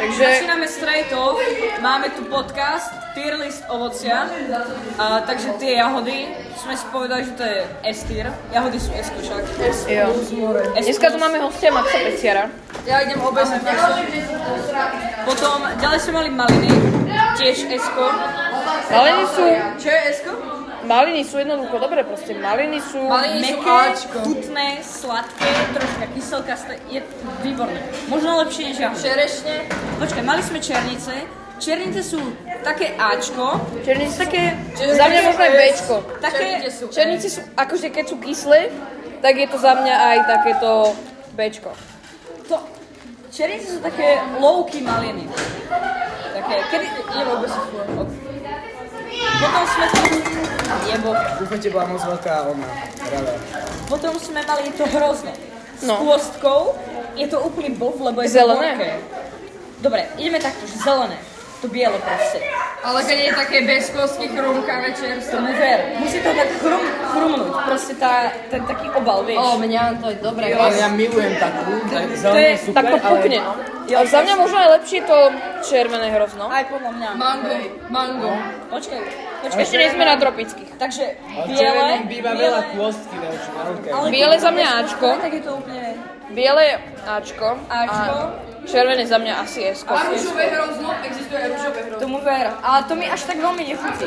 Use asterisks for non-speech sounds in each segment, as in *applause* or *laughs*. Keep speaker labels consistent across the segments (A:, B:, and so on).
A: Takže...
B: Začíname straight off, máme tu podcast Tier list ovocia, a, takže tie jahody, sme si povedali, že to je S-tier, jahody sú S však.
A: Jo.
B: S
A: Dneska tu máme hostia Maxa Peciara.
B: Ja idem obezať Maxa. Potom ďalej sme mali maliny, tiež S.
A: Maliny sú,
B: Čo je S?
A: maliny sú jednoducho dobré proste. Maliny sú...
B: Maliny sú
C: Meké,
B: Ačko. chutné, sladké, troška kyselkasté, je výborné. Možno lepšie než jahody.
C: Čerešne.
B: Počkaj, mali sme černice. Černice sú také Ačko,
A: Černice sú...
B: také,
A: Za mňa možno aj Bčko.
B: také,
C: Černice sú.
A: Černice sú, akože keď sú kyslé, tak je to za mňa aj takéto Bčko.
B: to, černice sú také lowky maliny. Také, kedy, jebo, bez ok. Potom sme to, jebo,
D: Dúfajte, bola moc veľká ona, rada.
B: potom sme mali to hrozné. S
A: No.
B: kôstkou, je to úplný bov, lebo je to
A: Zelené?
B: horké. Dobre, ideme takto, že zelené. To biele proste.
C: Ale keď je také bez kostky chrumka večer.
B: To mu ver. Musí to tak chrum, chrumnúť. Proste tá, ten taký obal, vieš.
C: O, mňa to je dobré.
D: Ale ja milujem takú, tak zelené
A: Tak
D: super,
A: to pukne, no. Ale za mňa možno aj lepšie to červené hrozno.
B: Aj podľa mňa.
C: Mango, mango.
B: Počkaj, počkaj.
A: Ešte nie sme na tropických.
B: Takže
D: Ale v
B: biele,
D: červenom býva veľa kôstky, veľké.
B: ale keď
A: Biele
B: to
A: za mňa
B: budeš
A: Ačko.
B: kúpať, Tak je to úplne...
A: Biele je Ačko.
B: Ačko.
A: A červené za mňa asi Sko.
C: A rúžové hrozno? Existuje aj rúžové hrozno.
B: Tomu ver. Ale to mi až tak veľmi nechutí.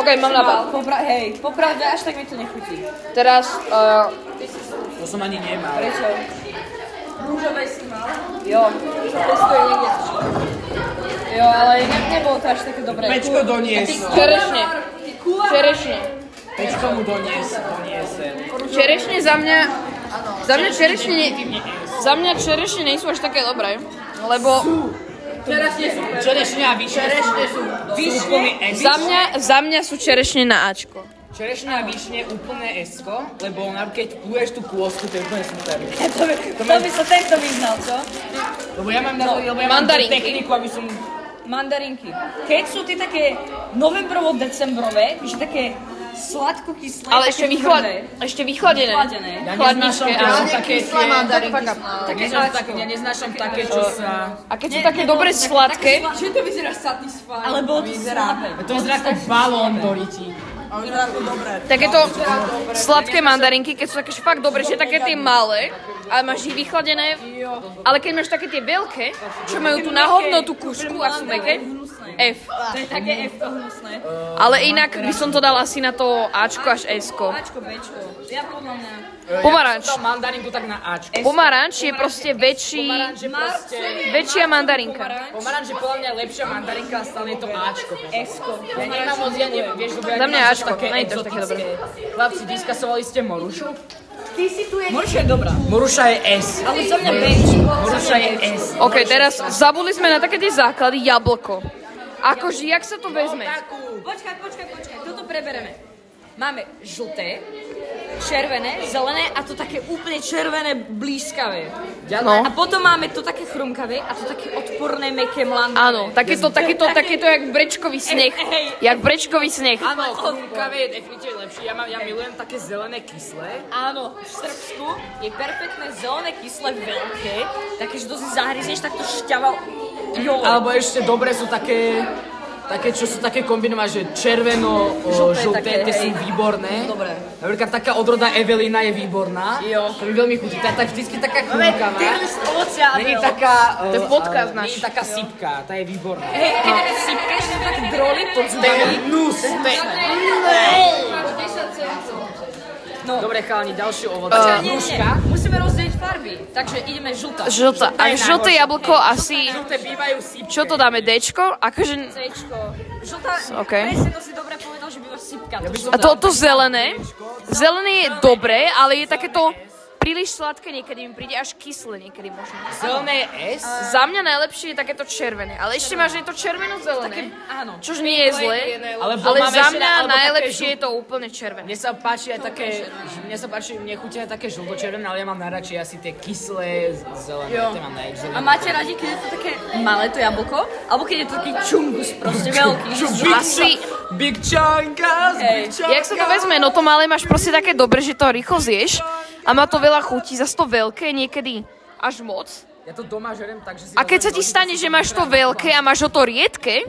A: OK, mám nápad.
B: No, popra- hej, popravde až tak mi to nechutí.
A: Teraz uh,
D: To som ani nemal.
B: Prečo?
C: Rúžové si mal?
B: Jo, testujem niekde. Jo, ale ne, nebolo to až také dobré.
D: Pečko donies.
A: čerešne. Čerešne.
D: Pečko mu donies, doniesem.
A: Čerešne za mňa... Za mňa čerešne... ne- Za mňa čerešne nie sú až také dobré. Lebo
C: Čerešne sú.
D: Čerešne a vyšne Čerešne sú, sú úplne epic.
A: za mňa, za mňa sú čerešne na Ačko.
D: Čerešne a vyšne úplne esko, lebo ona keď pluješ tú kôstku, to je úplne super. To má-
B: To by sa tento vyznal, čo?
D: Lebo ja mám na to, lebo ja mám tú
A: mandarinky.
D: techniku, aby som...
B: Mandarinky. Keď sú tie také novembrovo-decembrové, že také sladko-kyslé,
A: Ale
B: také
A: ešte, vychlad,
B: tvrdé.
A: ešte vychladené.
B: Vychladené.
D: Ja
A: Chladničke,
D: neznášam, keď
A: áno.
D: sú také
C: kyslé
D: tie...
C: mandarinky.
D: Také také, ja neznášam také, čo sa...
A: A keď sú také dobre sladké,
C: Že to vyzerá satisfying.
B: Ale bolo to slabé.
D: To vyzerá ako balón do ryti.
A: takéto sladké mandarinky, keď sú také že fakt dobre, že také tie malé, a máš ich vychladené, ale keď máš také tie veľké, čo majú tu na hovno tú kúšku a sú meké, F.
B: To je také F to hnusné.
A: Ale inak by som to dala asi na to Ačko až Sko.
B: Ačko, Bčko. Ja podľa mňa.
A: Pomaranč.
D: Ja som dal mandarinku tak na Ačko.
A: Pomaranč je proste väčší,
D: Pomaranč je proste...
A: väčšia mandarinka.
B: Pomaranč,
D: Pomaranč je podľa mňa lepšia mandarinka a stále je to Ačko.
B: Sko.
D: Ja nemám moc, ja neviem, vieš, lebo ja
A: Za mňa
D: nemám
A: Ačko,
D: také
A: nie je to až také
D: exotické. Chlapci, diskasovali ste Morušu?
B: Moršia je dobrá.
D: Moruša je S.
B: Ale za mňa Bčko.
D: Moruša je S.
A: OK, teraz zabudli sme na také tie základy, jablko. Akože, jak sa to vezme?
B: Počkaj, počkaj, počkaj. Toto prebereme. Máme žlté, červené, zelené a to také úplne červené blízkavé.
A: No.
B: A potom máme to také chrumkavé a to také odporné, meké, mlandavé.
A: Áno, takéto, takéto, takéto jak brečkový sneh. Jak brečkový sneh.
D: Áno, chrumkavé je definitívne lepšie. Ja, mám, ja milujem také zelené kyslé.
B: Áno, v Srbsku je perfektné zelené kyslé veľké, také, že to si zahryzneš takto šťava. Jo.
D: Alebo ešte dobre sú také... Také, čo sú také kombinované, že červeno, o,
B: také,
D: žlté, tie sú
B: hej.
D: výborné.
B: Dobre.
D: Napríklad taká odroda Evelina je výborná.
B: Jo.
D: To mi veľmi chutí. Tá, tá je vždycky taká chrumkavá.
B: ovocia
D: Není taká...
A: To je
D: eh,
A: podcast
D: eh,
A: náš.
D: Není taká sypka, tá je výborná.
B: Hej, keď tak sypkeš, to tak droli pod zubami.
D: Nus,
C: Máš 10 centov.
D: Dobre chalani, ďalšiu ovoc.
B: Počkaj, nie, nie, musíme rozdeliť farby. Takže ideme žltá.
A: Žltá. A žlté jablko asi...
D: Žlté bývajú sípke.
A: Čo to dáme? Dčko? Akože...
B: Cčko. Žltá,
A: OK.
B: presne to si dobre povedal, že býva sypka.
D: by
A: A
D: som
A: toto zelené? Zelené je dobré, ale je takéto príliš sladké niekedy mi príde, až kyslé niekedy možno.
D: Zelené S?
A: Za mňa najlepšie je takéto červené, ale ešte máš aj to červeno-zelené,
B: áno.
A: čož nie je zlé,
D: Alebo
A: ale
D: máme
A: za
D: ešte-
A: mňa
D: alebo také
A: najlepšie
D: žl-
A: je to úplne červené.
D: Mne sa páči aj také, mne sa páči, mne chutia aj také žltočervené, ale ja mám najradšej asi tie kyslé, z- zelené, tie mám
B: A
D: najradšej.
B: máte radi, keď je to také malé to jablko? Alebo keď je to taký čungus, proste veľký.
A: Asi,
D: Big Chankas, Big Chankas.
A: jak sa to vezme, no to malé máš proste také dobre, že to rýchlo zješ a má to veľa chutí, zase to veľké niekedy až moc.
D: Ja to doma žerem tak, že si...
A: A keď sa ti stane, že máš to veľké a máš o to riedke,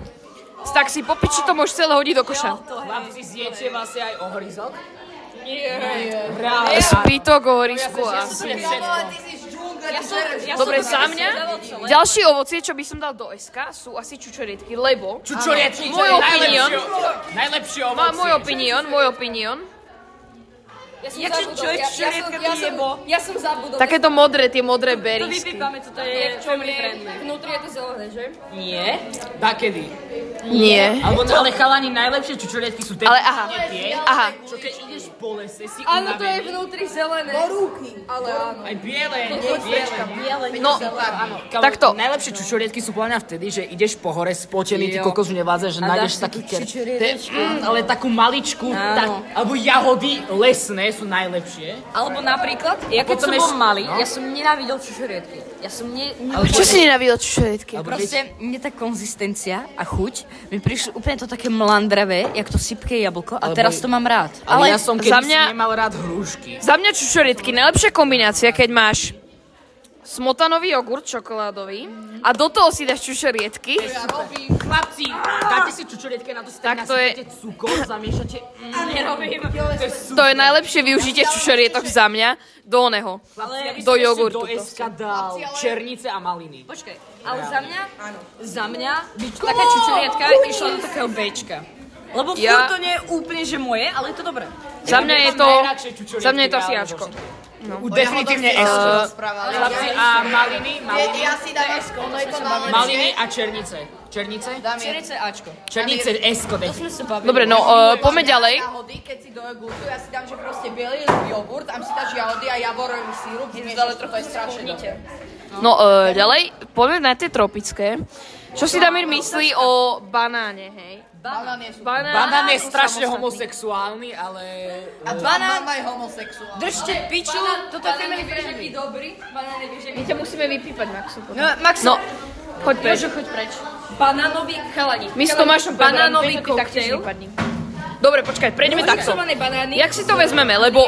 A: tak si popiči to môžeš celé hodiť do koša.
D: Chlapci, zjete vlastne aj ohryzok?
C: Nie.
D: Reálne.
A: Spítok, ohorisku a... Dobre, za mňa ďalšie ovocie, čo by som dal do SK, sú asi čučoriedky, lebo...
D: Čučorietky, to
A: Môj
D: je
A: opinion.
D: najlepšie- Najlepšie ovocie.
A: Má môj opinion, môj opinion.
C: Ja som zabudol. Ja- ja som- ja som- Ja som zabudol.
A: Takéto modré, tie modré berísky.
B: Vypípame, toto je
C: Čo
B: family
C: je,
B: friendly.
C: vnútri je to zelené, že?
B: Nie.
D: Takedy.
A: Nie.
D: Alebo ale chalani, najlepšie čučorietky sú
A: Ale aha.
D: tie,
A: Aha.
D: čo keď ideš po lese, si
C: Áno, to je
D: unavený.
C: vnútri zelené.
E: Horúky.
C: Ale áno.
D: Aj biele, nie biele.
A: No,
D: Kámo,
A: Takto.
D: Najlepšie čučorietky sú podľa mňa vtedy, že ideš po hore spotený, ty
A: Jo.
D: kokos nevládze, že
B: dáš
D: nájdeš
B: si
D: taký
B: tú
D: ker.
B: čučorietku.
D: Te- mm, ale takú maličku, tak, alebo jahody lesné sú najlepšie.
B: Alebo napríklad, ja keď som
D: potom
B: bol
D: ešte-
B: malý,
D: no.
B: ja som nenávidel čučoriedky. Ja som ne...
D: Ale
A: Čo si nenávidel čučoriedky?
D: Alebo vieš-
B: Proste mne tá konzistencia a chuť mi prišlo úplne to také mlandravé, jak to sypké jablko a
D: Alebo-
B: teraz to mám rád.
D: ale ja som
A: za
D: kedysi
A: mňa-
D: nemal rád hrušky.
A: Za mňa čučoriedky, najlepšia kombinácia, keď máš smotanový jogurt čokoládový a do toho si dáš čučoriedky.
D: Chlapci, dáte si čučorietke na to
A: Tak
D: stejne,
A: to je-
D: nasypete cukor, zamiešate, mm, nerobím. To je super.
A: To je najlepšie využitie čučorietok za mňa do oného. Do jogurtu.
D: Do eska dal černice a maliny.
B: Počkaj, ale za mňa, za mňa by taká čučoriedka išla do takého Bčka. Lebo
A: Ja-
B: ja... to nie je úplne, že moje, ale je to dobré.
A: Za mňa je to...
D: Najradšej čučoriedky,
A: Za mňa je to asi
D: reálne,
A: Ačko.
D: že-
A: No.
D: U definitívne esko. Chlapci a maliny, maliny,
E: Ja si dávam skonečnú.
D: maliny a černice. Černice?
B: Černice Ačko.
D: Černice, esko, definitívne.
A: Dobre, no uh, poďme ďalej.
E: Jahody, keď si do jogurtu, ja si dám, že proste bielý jogurt, tam si dáš jahody a javorový sírup, zmiešaš, to je strašne dobré.
A: No uh, ďalej, poďme na tie tropické. Čo si Damir myslí o banáne, hej?
E: Banán je super.
A: Banán,
D: Banán je strašne homosexuálny, ale...
E: A banán má aj homosexuál.
B: Držte piču, toto je family friendly.
C: Dobrý, banán je
A: My ťa musíme vypípať, Maxu. potom.
B: No, Max,
A: No, choď preč.
B: choď preč. Banánový chalani.
A: My s Tomášom
B: banánový
A: Pedro, ty taktiež
B: koktejl.
A: vypadni. Dobre, počkaj, prejdeme takto.
B: Ožužované banány.
A: Jak si to vezmeme, lebo...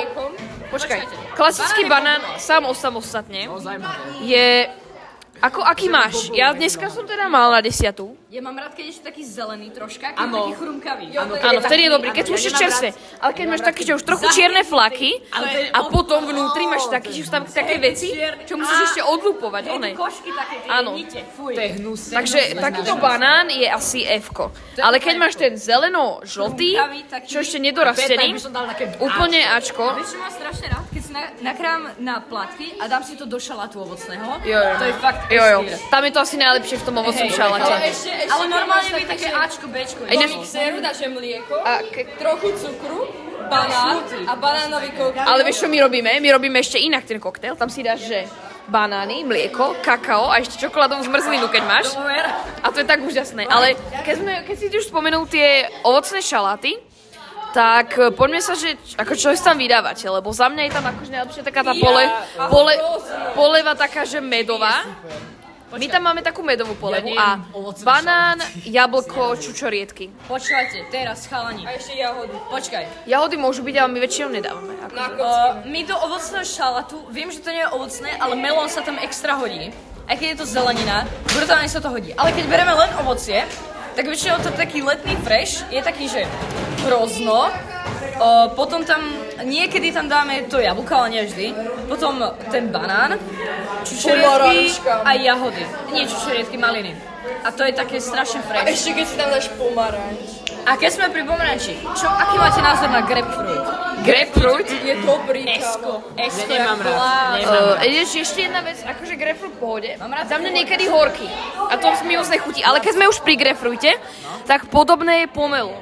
A: Počkaj, klasický banán sám osamostatne
D: No, zaujímavé.
A: je... Ako, aký máš? Ja dneska som teda mal na desiatu.
B: Ja mám rád, keď je taký zelený troška, keď je
D: Áno.
B: taký chrumkavý.
A: Áno, vtedy je dobrý, keď sú ešte čerstvé. Ale keď máš také, že už trochu čierne flaky a potom vnútri máš také, že sú tam také veci, čo musíš ešte odlupovať. One.
B: Košky také, tie
A: Áno.
B: nite, fuj.
D: To je hnusné.
A: Takže takýto banán je asi F. Ale keď máš ten zeleno-žltý,
B: Chrumkavý taký.
A: čo ešte
D: Petaj
A: nedorastený,
D: by som dal také...
A: úplne Ačko.
B: Vieš, čo mám strašne rád? Keď si na, nakrám na platky a dám si to do šalátu ovocného.
A: Jo, jo.
B: To je fakt
A: jo, jo.
B: extra.
A: Tam je to asi najlepšie v tom ovocnom šalate.
C: Ešte,
B: Ale normálne by
C: by
B: také Ačko, Bčko.
A: Ináč-
C: mixéru dáš mlieko,
A: A ke-
C: trochu cukru, banán a banánový kok.
A: Ale vieš, čo my robíme? My robíme ešte inak ten koktail. Tam si dáš, že banány, mlieko, kakao a ešte čokoládovú zmrzlinu, keď máš. A to je tak úžasné. Ale keď, sme, keď si už spomenul tie ovocné šaláty, tak e, poďme sa, že č- ako čo si tam vydávate, lebo za mňa je tam akože najlepšia taká tá pole, pole, poleva taká, že medová. My tam máme takú medovú polevu
D: neviem,
A: a
D: ovocné
A: banán, jablko, čučoriedky.
B: Počúvajte, teraz chalani.
C: A ešte jahody.
B: Počkaj.
A: Jahody môžu byť, ale my väčšinou nedávame.
C: Na
A: Akože.
B: Uh, my do ovocného šalatu, viem, že to nie je ovocné, ale melón sa tam extra hodí. Aj keď je to zelenina, brutálne sa to hodí. Ale keď bereme len ovocie, tak väčšinou to taký letný fresh je taký, že hrozno. Uh, potom tam, niekedy tam dáme to jablko, ale nie vždy. Potom ten banán, čučerietky
C: Pomarančka.
B: a jahody. Nie čučerietky, maliny. A to je také strašne fresh.
C: Ešte keď si tam dáš pomaranč.
B: A keď sme pri pomeranči, čo, aký máte názor na grapefruit?
A: Grapefruit.
C: Je dobrý, kámo.
B: Esko, esko,
D: Nemám
B: jak
D: rád,
B: blázon.
A: Uh, ešte, ešte jedna vec, akože grapefruit v pohode. Za mňa niekedy horký. A to mi moc nechutí. Ale keď sme už pri grapefruite, tak podobné je pomelo.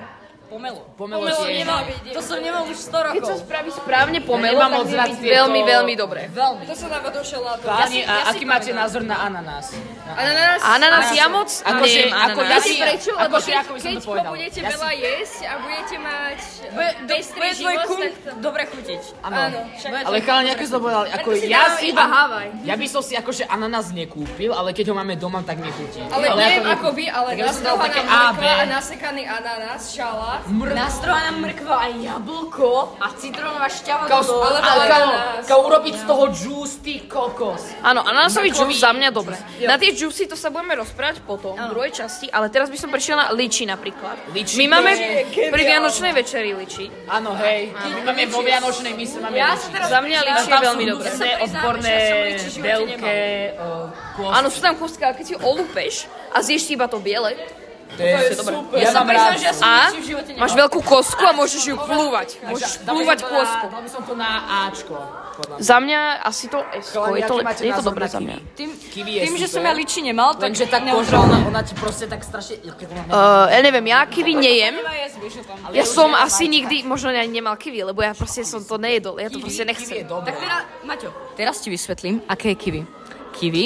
B: Pomelo.
D: Pomelo
B: Pomelo
D: tiež.
B: nemal, No, to som nemal už 100
A: Keď sa
B: rokov.
A: spraví správne pomelo,
D: Nemám
A: tak
D: moc
A: vie
D: rád
A: byť
D: tieto-
A: veľmi, veľmi dobré.
B: Veľmi.
C: To sa dáva do šalátu.
D: Páni, a aký máte názor na ananás?
C: Ananás.
A: Ananás ja moc
D: Akože-
A: nejem
D: ako ja
A: ananás.
D: si-
C: Prečo?
D: Ako
C: Lebo
D: si-
C: keď,
D: ako by som
C: keď
D: to povedal?
C: ho budete
D: Ja si-
C: veľa jesť a budete mať pestrý
B: Bude tvoj
C: život,
B: kum
C: tak to...
B: dobre chutiť.
C: Áno, však
D: No, Ale chalani, ako som povedal, ako
C: si
D: ja
C: dám
D: si...
C: iba Havaj.
D: Ja by som si akože ananás nekúpil, ale keď ho máme doma, tak mi chutí.
C: Ale neviem
D: mi-
C: ako vy,
D: tak
C: ale
D: ja som dal
C: nastrhaná
D: No, také
C: mrkva
D: AB.
C: a nasekaný ananás, šalát
B: mrkva, nastrojená mrkva a jablko a citronová šťava do
D: Kaos,
B: toho.
D: ale, ale,
C: ale-
D: kámo, kámo, urobiť z toho juice, ty kokos.
A: Áno, ananasový džús za mňa dobre. Na tie džúsy to sa budeme rozprávať potom, v druhej časti, ale teraz by som prešiel na liči napríklad.
D: Liči, to
A: My máme
D: je
A: pri Vianočnej večeri liči.
D: Áno, hej, my máme vo Vianočnej mise, máme
B: Ja
D: liči.
B: sa teraz
A: Za mňa
B: priznám-
A: liči je veľmi dobré.
B: Ja sa
D: Rôzne
B: priznám,
D: odborné,
B: že som liči v živote
D: veľké e,
B: nemala.
A: Áno, sú tam kostky, ale keď si olúpeš a zješ ti iba to biele,
D: To je, super.
B: Ja, sa priznám, že ja som
A: a
B: liči v živote nemala.
A: máš veľkú kostku a môžeš ju plúvať. Môžeš plúvať kostku.
D: Dal by som to na Ačko. podľa mňa.
A: Za mňa asi to S,
D: Chalani,
A: je to,
D: aký
A: lep-
D: máte
A: je to
D: názor
A: dobré
D: na
A: za mňa.
D: kiwi?
B: Tým,
D: Kiwi je
B: tým že som ja
D: super.
B: liči nemal, tak
D: Lenže tá koža, ona, ona ti proste tak strašne...
A: Uh, ja neviem, ja kiwi nejem. Ja
D: už
A: som
D: nemáš
A: asi nikdy, možno ani nemal kiwi, lebo ja proste som to nejedol. Ja to proste
D: Kiwi je
A: nechcem.
D: dobré.
B: Tak teda, Maťo, teraz ti vysvetlím, aké je kiwi. Kiwi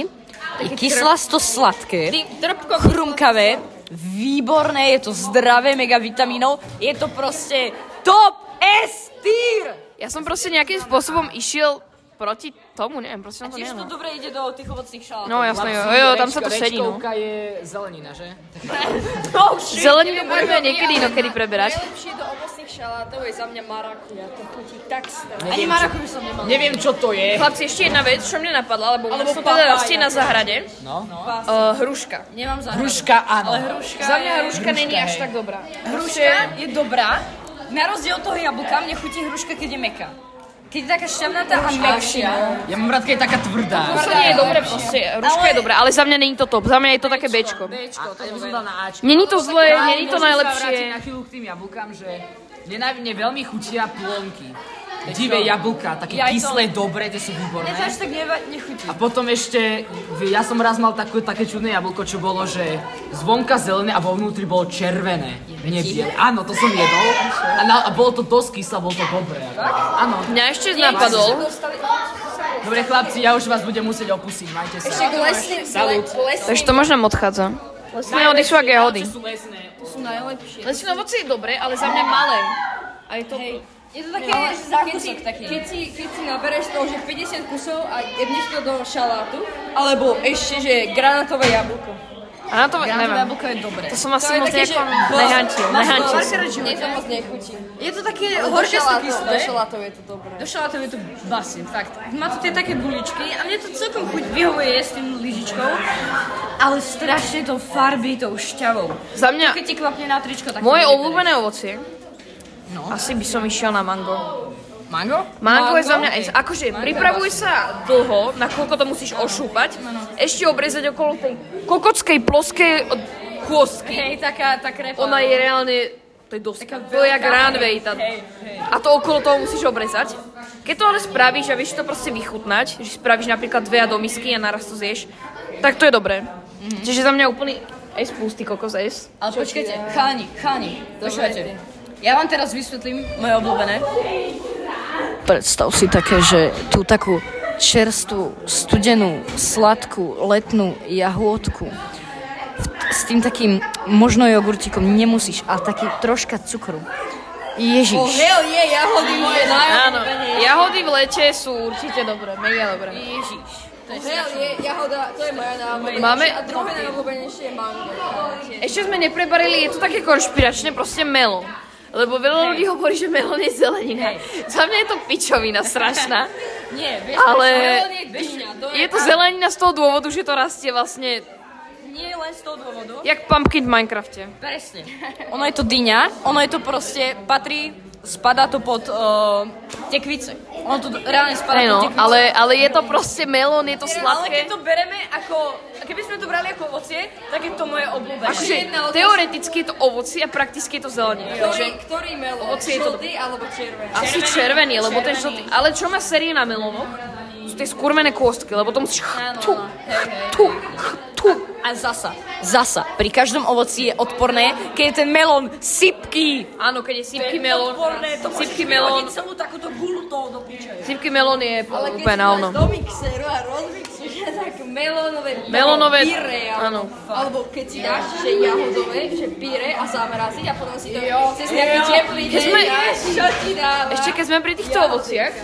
B: je kyslasto sladké, trpko chrumkavé, výborné, je to zdravé, mega vitamínov, je to proste top S tier!
A: Ja som proste nejakým spôsobom išiel proti tomu, neviem, proste som to
B: Tiež to
A: nejedol.
B: dobre ide do tých ovocných šalátov.
A: No jasné, jo, jo, tam sa to sedí, no.
D: Rečkovka je zelenina, že?
B: Oh, shit.
A: Zeleninu budeme niekedy inokedy preberať.
C: Najlepšie do ovocných šalátov je za mňa marakuja. To chutí tak strašne.
B: Ani maraku by som nemal.
D: Neviem, čo to je.
A: Chlapci, ešte jedna vec, čo mne napadla, lebo u nás to teda rastie na zahrade.
D: No.
A: Uh, hruška.
B: Nemám záhradu.
D: Hruška, áno.
B: Ale hruška
A: Za mňa
B: je-
A: hruška není až tak dobrá.
B: Hruška je dobrá. Na rozdiel od toho jablka mne chutí hruška, keď je meká. Keď je taká šťavnatá a mekšia.
D: Ja mám rád, keď je taká tvrdá.
A: To nie je dobré proste, hruška je dobrá, ale za mňa není to top, za mňa je to také Bčko.
D: Bčko, to by som dal na Ačko.
A: Není to zlé,
D: Ale
A: není to
D: môžem sa vrátiť
A: najlepšie.
D: na chvíľu k tým jablkám, že mne, naj- mne veľmi chutia plonky. Divé jablka, také
B: Ja aj to-
D: kyslé, dobré, tie sú
B: Mne
D: výborné.
B: to až tak neva- nechutí.
D: A potom ešte, ja som raz mal takú, také čudné jablko, čo bolo, že zvonka zelené a vo vnútri bolo červené. Nie biele. Áno, to som jedol. A, na, a bolo to dosť kyslé, bolo to dobré. Áno.
A: Mňa ešte napadol,
D: Dobre chlapci, ja už vás budem musieť opustiť, majte sa.
C: K lesným, k lesným
A: Takže to možno odchádza. Lesné hody sú aké hody.
D: Sú lesné.
C: sú najlepšie.
A: Lesné ovoce je dobré, ale za mňa malé. A je to...
C: Je to také, keď, si, No, keď, si, keď si nabereš toho, že 50 kusov a jedneš to do šalátu, alebo ešte, že granátové jablko.
A: A na to neviem.
B: Jablko je dobré.
A: To som asi
C: je
A: moc
C: také,
A: nejako
C: že bol-
A: nehantil. Nehantil som.
C: Mne to moc nechutí.
B: Je to také
C: Ale do
B: horšie sa
C: šalátov, do
B: kyslé.
C: šalátov je to dobré.
B: Do šalátov je to basin, fakt. Má to tie také guličky a mne to celkom chuť vyhovuje s tým lyžičkou, ale strašne to farbí tou šťavou.
A: Za mňa
B: Keď ti kvapne na tričko, tak...
A: moje
B: to nevybereš.
A: obľúbené ovocie. Asi by som išiel na mango.
B: Mango?
A: Mango je za mňa, S. akože pripravuje sa dlho, nakoľko to musíš ošúpať, ešte obrezať okolo tej kokockej ploskej od- kôstky.
B: Hej, taká, tá krepa.
A: Ona je reálne, to je
B: Taká
A: doska,
B: veľká,
A: to je jak runway tá.
B: hej, hej.
A: A to okolo toho musíš obrezať. Keď to ale spravíš a vieš to proste vychutnať, že spravíš napríklad dve a do misky a naraz to zješ, tak to je dobré.
B: Mhm.
A: Čiže za mňa úplný S plus, ty kokos S.
B: Ale počkajte, cháni, cháni, počúvajte. Ja vám teraz vysvetlím moje obľúbené. Predstav si také, že tú takú čerstvú, studenú, sladkú, letnú jahôdku V- s tým takým možno jogurtíkom nemusíš, ale taký troška cukru. Ježiš.
C: Oh hell yeah, jahody moje
A: Áno,
C: najobľúbené.
A: jahody v lete sú určite dobré, mega dobré.
B: Ježiš.
C: Hell yeah, jahoda, to je moja najobľúbenejšia.
A: Máme-
C: A druhé najobľúbenejšie je mango.
A: Ešte sme neprebarili, je to také konšpiračné, proste melon. Lebo veľa ľudí hovorí, že melon je zelenina. Za mňa je to pičovina strašná.
B: Nie, vieš,
A: Ale
B: melón je dyňa, to je,
A: Je to zelenina z toho dôvodu, že to rastie vlastne
B: nie len z toho dôvodu.
A: jak pumpkin v Minecrafte.
B: Presne. *laughs* Ono je to dyňa, ono je to proste, patrí, spadá to pod uh, tekvice. Ono to reálne spadá
A: Aj
B: pod
A: no,
B: tekvice.
A: ale, ale je to proste melón, je to
B: Ale keď
A: sladké.
B: to bereme ako, keby sme to brali ako ovocie, tak je to moje obľúbené.
A: Akože teoreticky je to ovoci a prakticky je to zelenina.
C: Ktorý, ktorý melón?
A: Ovocie je to-
C: Žltý alebo červený?
A: Asi červený, lebo ten žltý. Ale čo má série na melónoch? Sú tie skurvené kôstky, lebo to musíš tu, tu, tu.
B: A zasa, zasa, pri každom ovoci je odporné, keď je ten melón sypký.
A: Áno, keď je sypký melón, sypký melón,
B: celú takúto gulu toho do piče.
A: sypký melón je
C: Ale keď
A: úplne
C: si
A: na
C: dáš
A: onom.
C: do mixéru a rozmixuješ tak melónové
A: *laughs* Melónové-
C: pyré,
A: áno.
C: alebo, alebo keď si dáš, že jahodové, že pyré a zamraziť a potom si to cez nejaký teplý
A: Keď
C: deň
A: sme-
C: dáš, čo ti dáva.
A: Ešte keď sme pri týchto ovociach,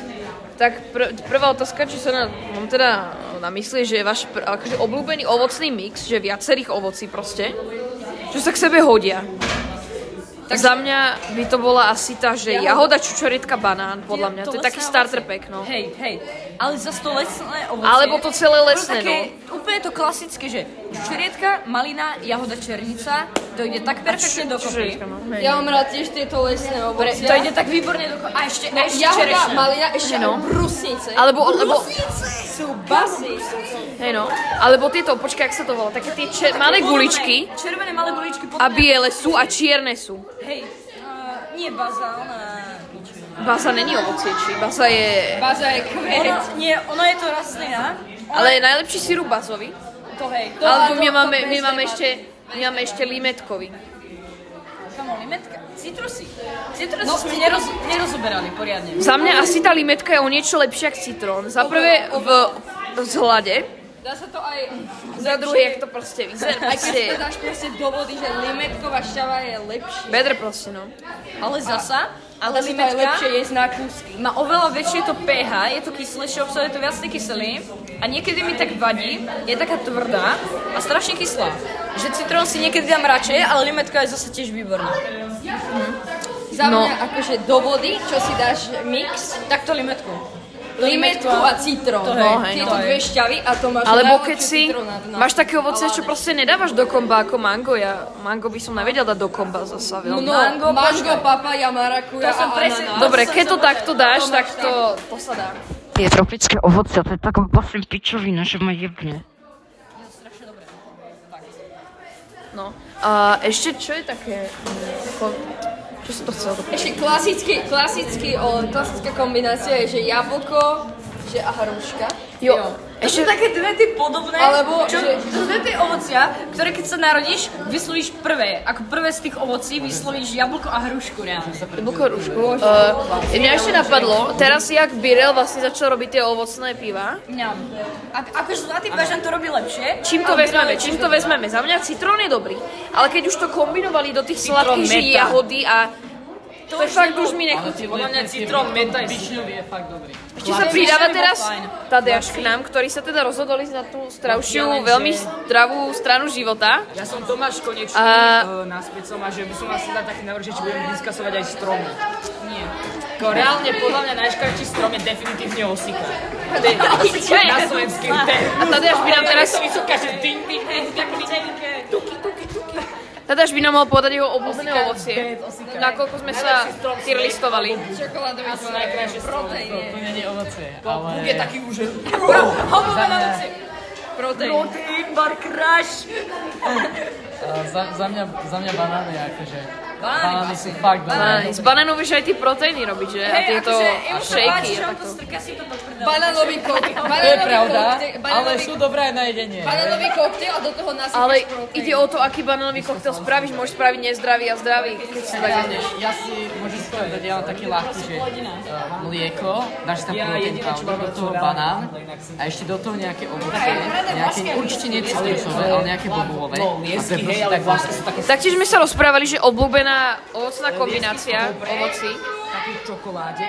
A: tak pr- prvá otázka, či sa na, mám teda na mysli, že je váš pr- akože obľúbený ovocný mix, že viacerých ovocí proste, čo sa k sebe hodia. Tak za mňa by to bola asi tá, že jahoda, čučoritka, banán, podľa mňa. To je taký
B: lesné
A: starter
B: ovocie.
A: pack, no.
B: Hej, hej. Ale zase to lesné ovocie.
A: Alebo to celé
B: bolo
A: lesné, no.
B: také, Úplne to klasické, že čerietka, malina, jahoda, černica, to ide tak perfektne dokopy.
A: Čučoritka, no.
C: Ja mám rád tiež tieto lesné
B: Pre,
C: ovocie.
B: to ide tak výborne dokopy. A ešte, a ešte
C: Jahoda,
B: čerešňa.
C: malina, ešte aj brusnice.
A: Alebo, alebo,
C: sú basy.
A: hej no, alebo tieto, počkaj, jak sa to volá, také tie čer, malé guličky
B: Červené malé guličky. Pod...
A: a biele sú a čierne sú.
B: Hej, uh, nie bazálna.
A: Baza není ovocie, či baza je...
C: Baza je kvet.
B: Ono, nie, ono je to rastlina.
A: Ale je najlepší sirup bazový.
B: To hej. To,
A: Alebo
C: áno,
A: my
C: to
A: máme, my
C: bez
A: máme
C: debaty.
A: ešte, my máme ešte limetkový.
B: kamo, limetka. Citrusy. Citrusy no, sme neroz, nerozoberali poriadne.
A: Za mňa asi tá limetka je o niečo lepšia ako citrón. Za prvé v vzhľade,
C: Dá sa to aj...
A: za druhé, jak to proste vyzerá.
C: Aj keď si to
A: Proste,
C: dáš proste do vody, že limetková šťava je lepšia.
A: bedre proste, no.
B: Ale zasa, ale
C: Ale si to aj
B: limetka
C: lepšie jesť na kúsky.
B: má oveľa väčšie to pH, je to kyslejšie, obsahuje to viac tej kyseliny a niekedy mi tak vadí, je taká tvrdá a strašne kyslá. Že citrón si niekedy dám radšej, ale limetka je zase tiež výborná.
C: Mhm. Za
A: No.
C: mňa akože do vody, čo si dáš mix,
B: Takto limetku.
C: limetku a citrón.
B: To
A: hej,
C: hej,
A: no
C: tieto
B: hej.
C: dve šťavy a to máš
A: Alebo
C: najlepšiu
A: keď si
C: citrónadu na-
A: máš také ovoce, čo proste nedávaš do komba ako mango. Ja mango by som nevedel dať do komba zasa
C: No,
A: veľmi.
B: Mango,
C: mango, mango papaya,
B: To
C: marakuja
B: som
C: a
B: presne- no,
C: ananás.
A: Dobre,
B: som
A: keď to
B: chcela
A: takto dáš,
C: To
A: tak
C: máš
A: to, to sa dá.
F: Tie tropické ovoce, to je taká vlastne pičovina, že ma jebne.
A: No. A ešte čo je také... mm, ako- Čo som to chcela dopovedať?
C: Ešte klasický, klasický, o, klasická kombinácia je, že jablko, že a hruška.
A: Jo.
B: To sú
A: Ešte
B: také dve tie podobné,
C: Alebo
B: čo,
C: že-
B: to sú dve tie ovocia, ktoré keď sa narodíš, vyslovíš prvé. Ako prvé z tých ovocí vyslovíš jablko a hrušku reálne.
A: Bukorušku. Uh, mňa ešte napadlo, teraz jak Birel vlastne začal robiť tie ovocné piva.
B: Mňam. A, akože zlatý bažan to robí lepšie.
A: Čím to
B: ale
A: vezmeme?
B: Birel-
A: Čím to vezmeme? Za mňa citrón je dobrý, ale keď už to kombinovali do tých sladkých že
B: meta.
A: jahody a to, je fakt už mi nechutí.
D: Podľa mňa citrón meta je fakt dobrý.
A: Ešte sa pridáva teraz Tadeáš k nám, ktorý sa teda rozhodol ísť na tú stravšiu, veľmi zdravú stranu života.
D: Ja som Tomáš konečný
A: A-
D: a... naspäť som a že by som asi dal taký návrh, že či budem diskasovať aj stromy. Nie. Ko, reálne podľa mňa najškarčí strom je definitívne osika. To je na slovenský ten.
A: A Tadeáš by nám teraz...
D: To vysoká, že ding, ding, ding, tak
A: Tadeáš by nám mohol povedať jeho obľúbené ovocie. Nakoľko sme sa tier listovali.
D: najkrajšie strom. To nie je ovoce, ale...
E: Je taký už, že
B: Protein bar crash.
D: Uh, za, za, mňa, za mňa banány akože.
B: Banány
D: Banány sú fakt dobré.
A: Aj, Z banánov vieš aj tie proteíny robiť, že? A tieto
B: akože
A: shaky a
B: to
A: takto.
B: strká si to do prdele.
C: akože Bananový vlastne koktel.
D: To je pravda, ale sú dobré aj na jedenie.
C: Bananový koktel a do toho nasypeš
A: Ale
C: proteín.
A: ide o to, aký banánový koktel spravíš. Môžeš spraviť nezdravý a zdravý, keď si tak
D: Ja, ja si môžem si povedať, ja mám taký ľahký, že eh, mlieko, dáš tam protein powder, do toho banán a ešte do toho nejaké ovoce, nejaké, určite nie citrusové, ale No, nejaké bobulové. A to je proste tak vlastne sú také
A: Taktiež sme sa rozprávali, že obľúbená ovocná kombinácia ovocí.
D: také čokoláde.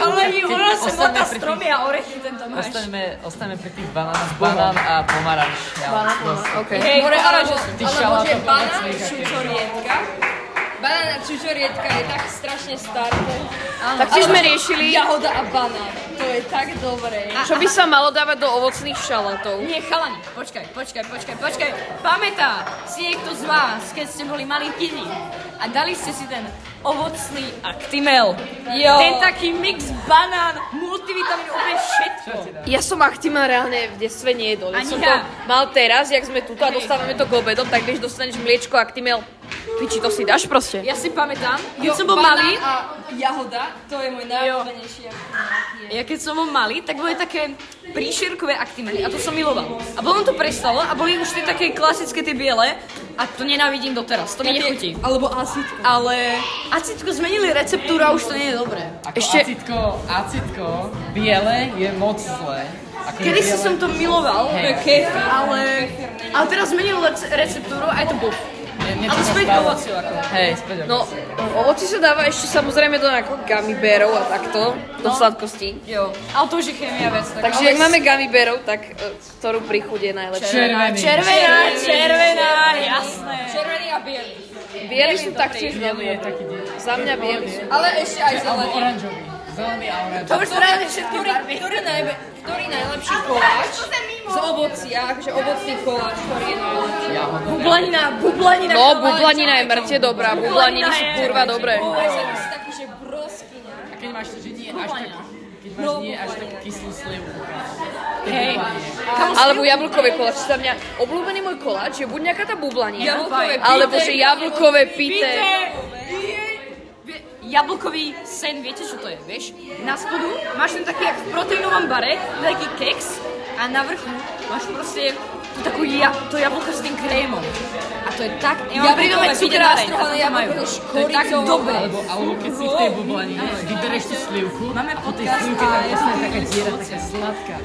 B: Chalani, u nás sa
D: Ostatné
B: motá
D: pri tých-
B: stromy a orechy tento máš.
D: Ostaneme, ostaneme pri tých banánoch, banán a No, pomaranč. Banán,
A: Okay.
B: Hej,
C: More, ale že,
D: Ty
C: alebo že
D: šalát,
C: banán
D: ovocie,
C: čučorietka. Banán a čučorietka je tak strašne staré.
A: Taktiež sme riešili,
C: Jahoda a banán. To je tak dobré.
A: čo by sa malo dávať do ovocných šalátov.
B: Nie, chalani, počkaj, počkaj, počkaj, počkaj. Pamätá si niekto z vás, keď ste boli malí deti a dali ste si ten ovocný aktimel.
C: Jo.
B: Ten taký mix banán, multivitamín, úplne všetko.
A: Ja som Achtima reálne v detstve nejedol. Ja
B: Ani
A: som to
B: ja.
A: mal teraz, jak sme tu a dostávame to k obedom, tak vieš, dostaneš mliečko Achtimel. Piči, to si dáš proste.
B: Ja si pamätám, keď
C: Jo,
B: som bol
C: banán
B: malý,
C: a jahoda, to je môj najobľúbenejší.
B: Ja keď som ho malý, tak boli také príšerkové aktimely a to som miloval. A potom to prestalo a boli už tie také klasické, tie biele a to nenávidím doteraz, to mi nechutí.
C: Alebo asitka.
B: Ale acitko zmenili receptúru a už to nie je dobré.
D: Ako
A: Ešte-
D: acitko, acitko, biele je moc zlé. Ako
B: Kedy si
D: biele-
B: som to miloval, to je kefir, ale, ale teraz zmenili rec- receptúru a je to buf.
D: Nie- nie
B: Ale
D: to
B: späť k
D: stále.
B: ovociu ako.
D: Hej, späť k
A: No, ovoci sa dáva ešte samozrejme do nejakého gummy bearov a takto, do sladkostí.
B: Jo, ale to už je chémia vec. Tak.
A: Takže ak máme gummy bearov, tak e, ktorú pri chude je najlepšie.
D: Červený.
B: Červená, červená, jasné.
C: Červený a bielý.
A: Bielý, Jeremy sú taktiež veľmi dobré. Za mňa viem.
E: Ale ešte aj zelený.
D: Oranžový. Zelený a oranžový.
E: To už práve všetky ktorý, ktorý, najbe, ktorý najlepší koláč z ovociach, že ovocný koláč, ktorý je najlepší.
B: Bublanina, bublanina.
A: No, bublanina je mŕte dobrá, bublaniny sú kurva dobré.
E: Aj sa mi taký, že broskyňa.
D: A keď máš to, že nie je až tak... Keď máš nie až tak kyslú slivu.
B: Hej.
A: Alebo jablkové koláč, za mňa obľúbený môj koláč je buď nejaká tá bublanina,
B: Jablkové
A: alebo že jablkové pite.
B: Vie- Jablkový sen, viete čo to je, vieš? Na spodu máš ten taký, jak v proteínovom bare, taký keks a na vrchu máš proste tú takú ja, to jablko s tým krémom. A to je tak... Ja
E: Jablkové pite nastrohané jablko s
B: To je tak
E: koricou.
B: dobré.
D: Alebo, alebo keď si v tej bublanine, vybereš tú slivku a po tej slivke tam vlastne je taká diera, taká sladká.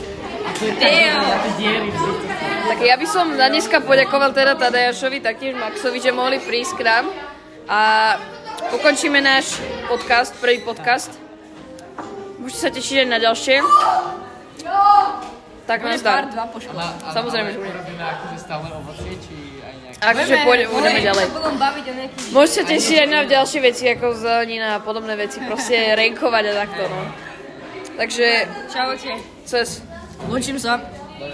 D: A to je tak dobré, a tie diery v ruku.
A: Tak ja by som na dneska poďakoval teda Tadejašovi, taktiež Maxovi, že mohli prísť k nám. A ukončíme náš podcast, prvý podcast. Môžete sa tešiť aj na ďalšie. Tak nás dá. Samozrejme, že
D: Ale robíme akože stále ovocie, či aj nejaké...
A: Akože pôjde- pôjdeme ďalej.
C: Budem baviť o nejakých...
A: Môžete sa tešiť aj na ďalšie veci, ako zelenina a podobné veci. Proste renkovať a takto, no. Takže,
B: Čaute.
A: cez...
B: Lúčim sa.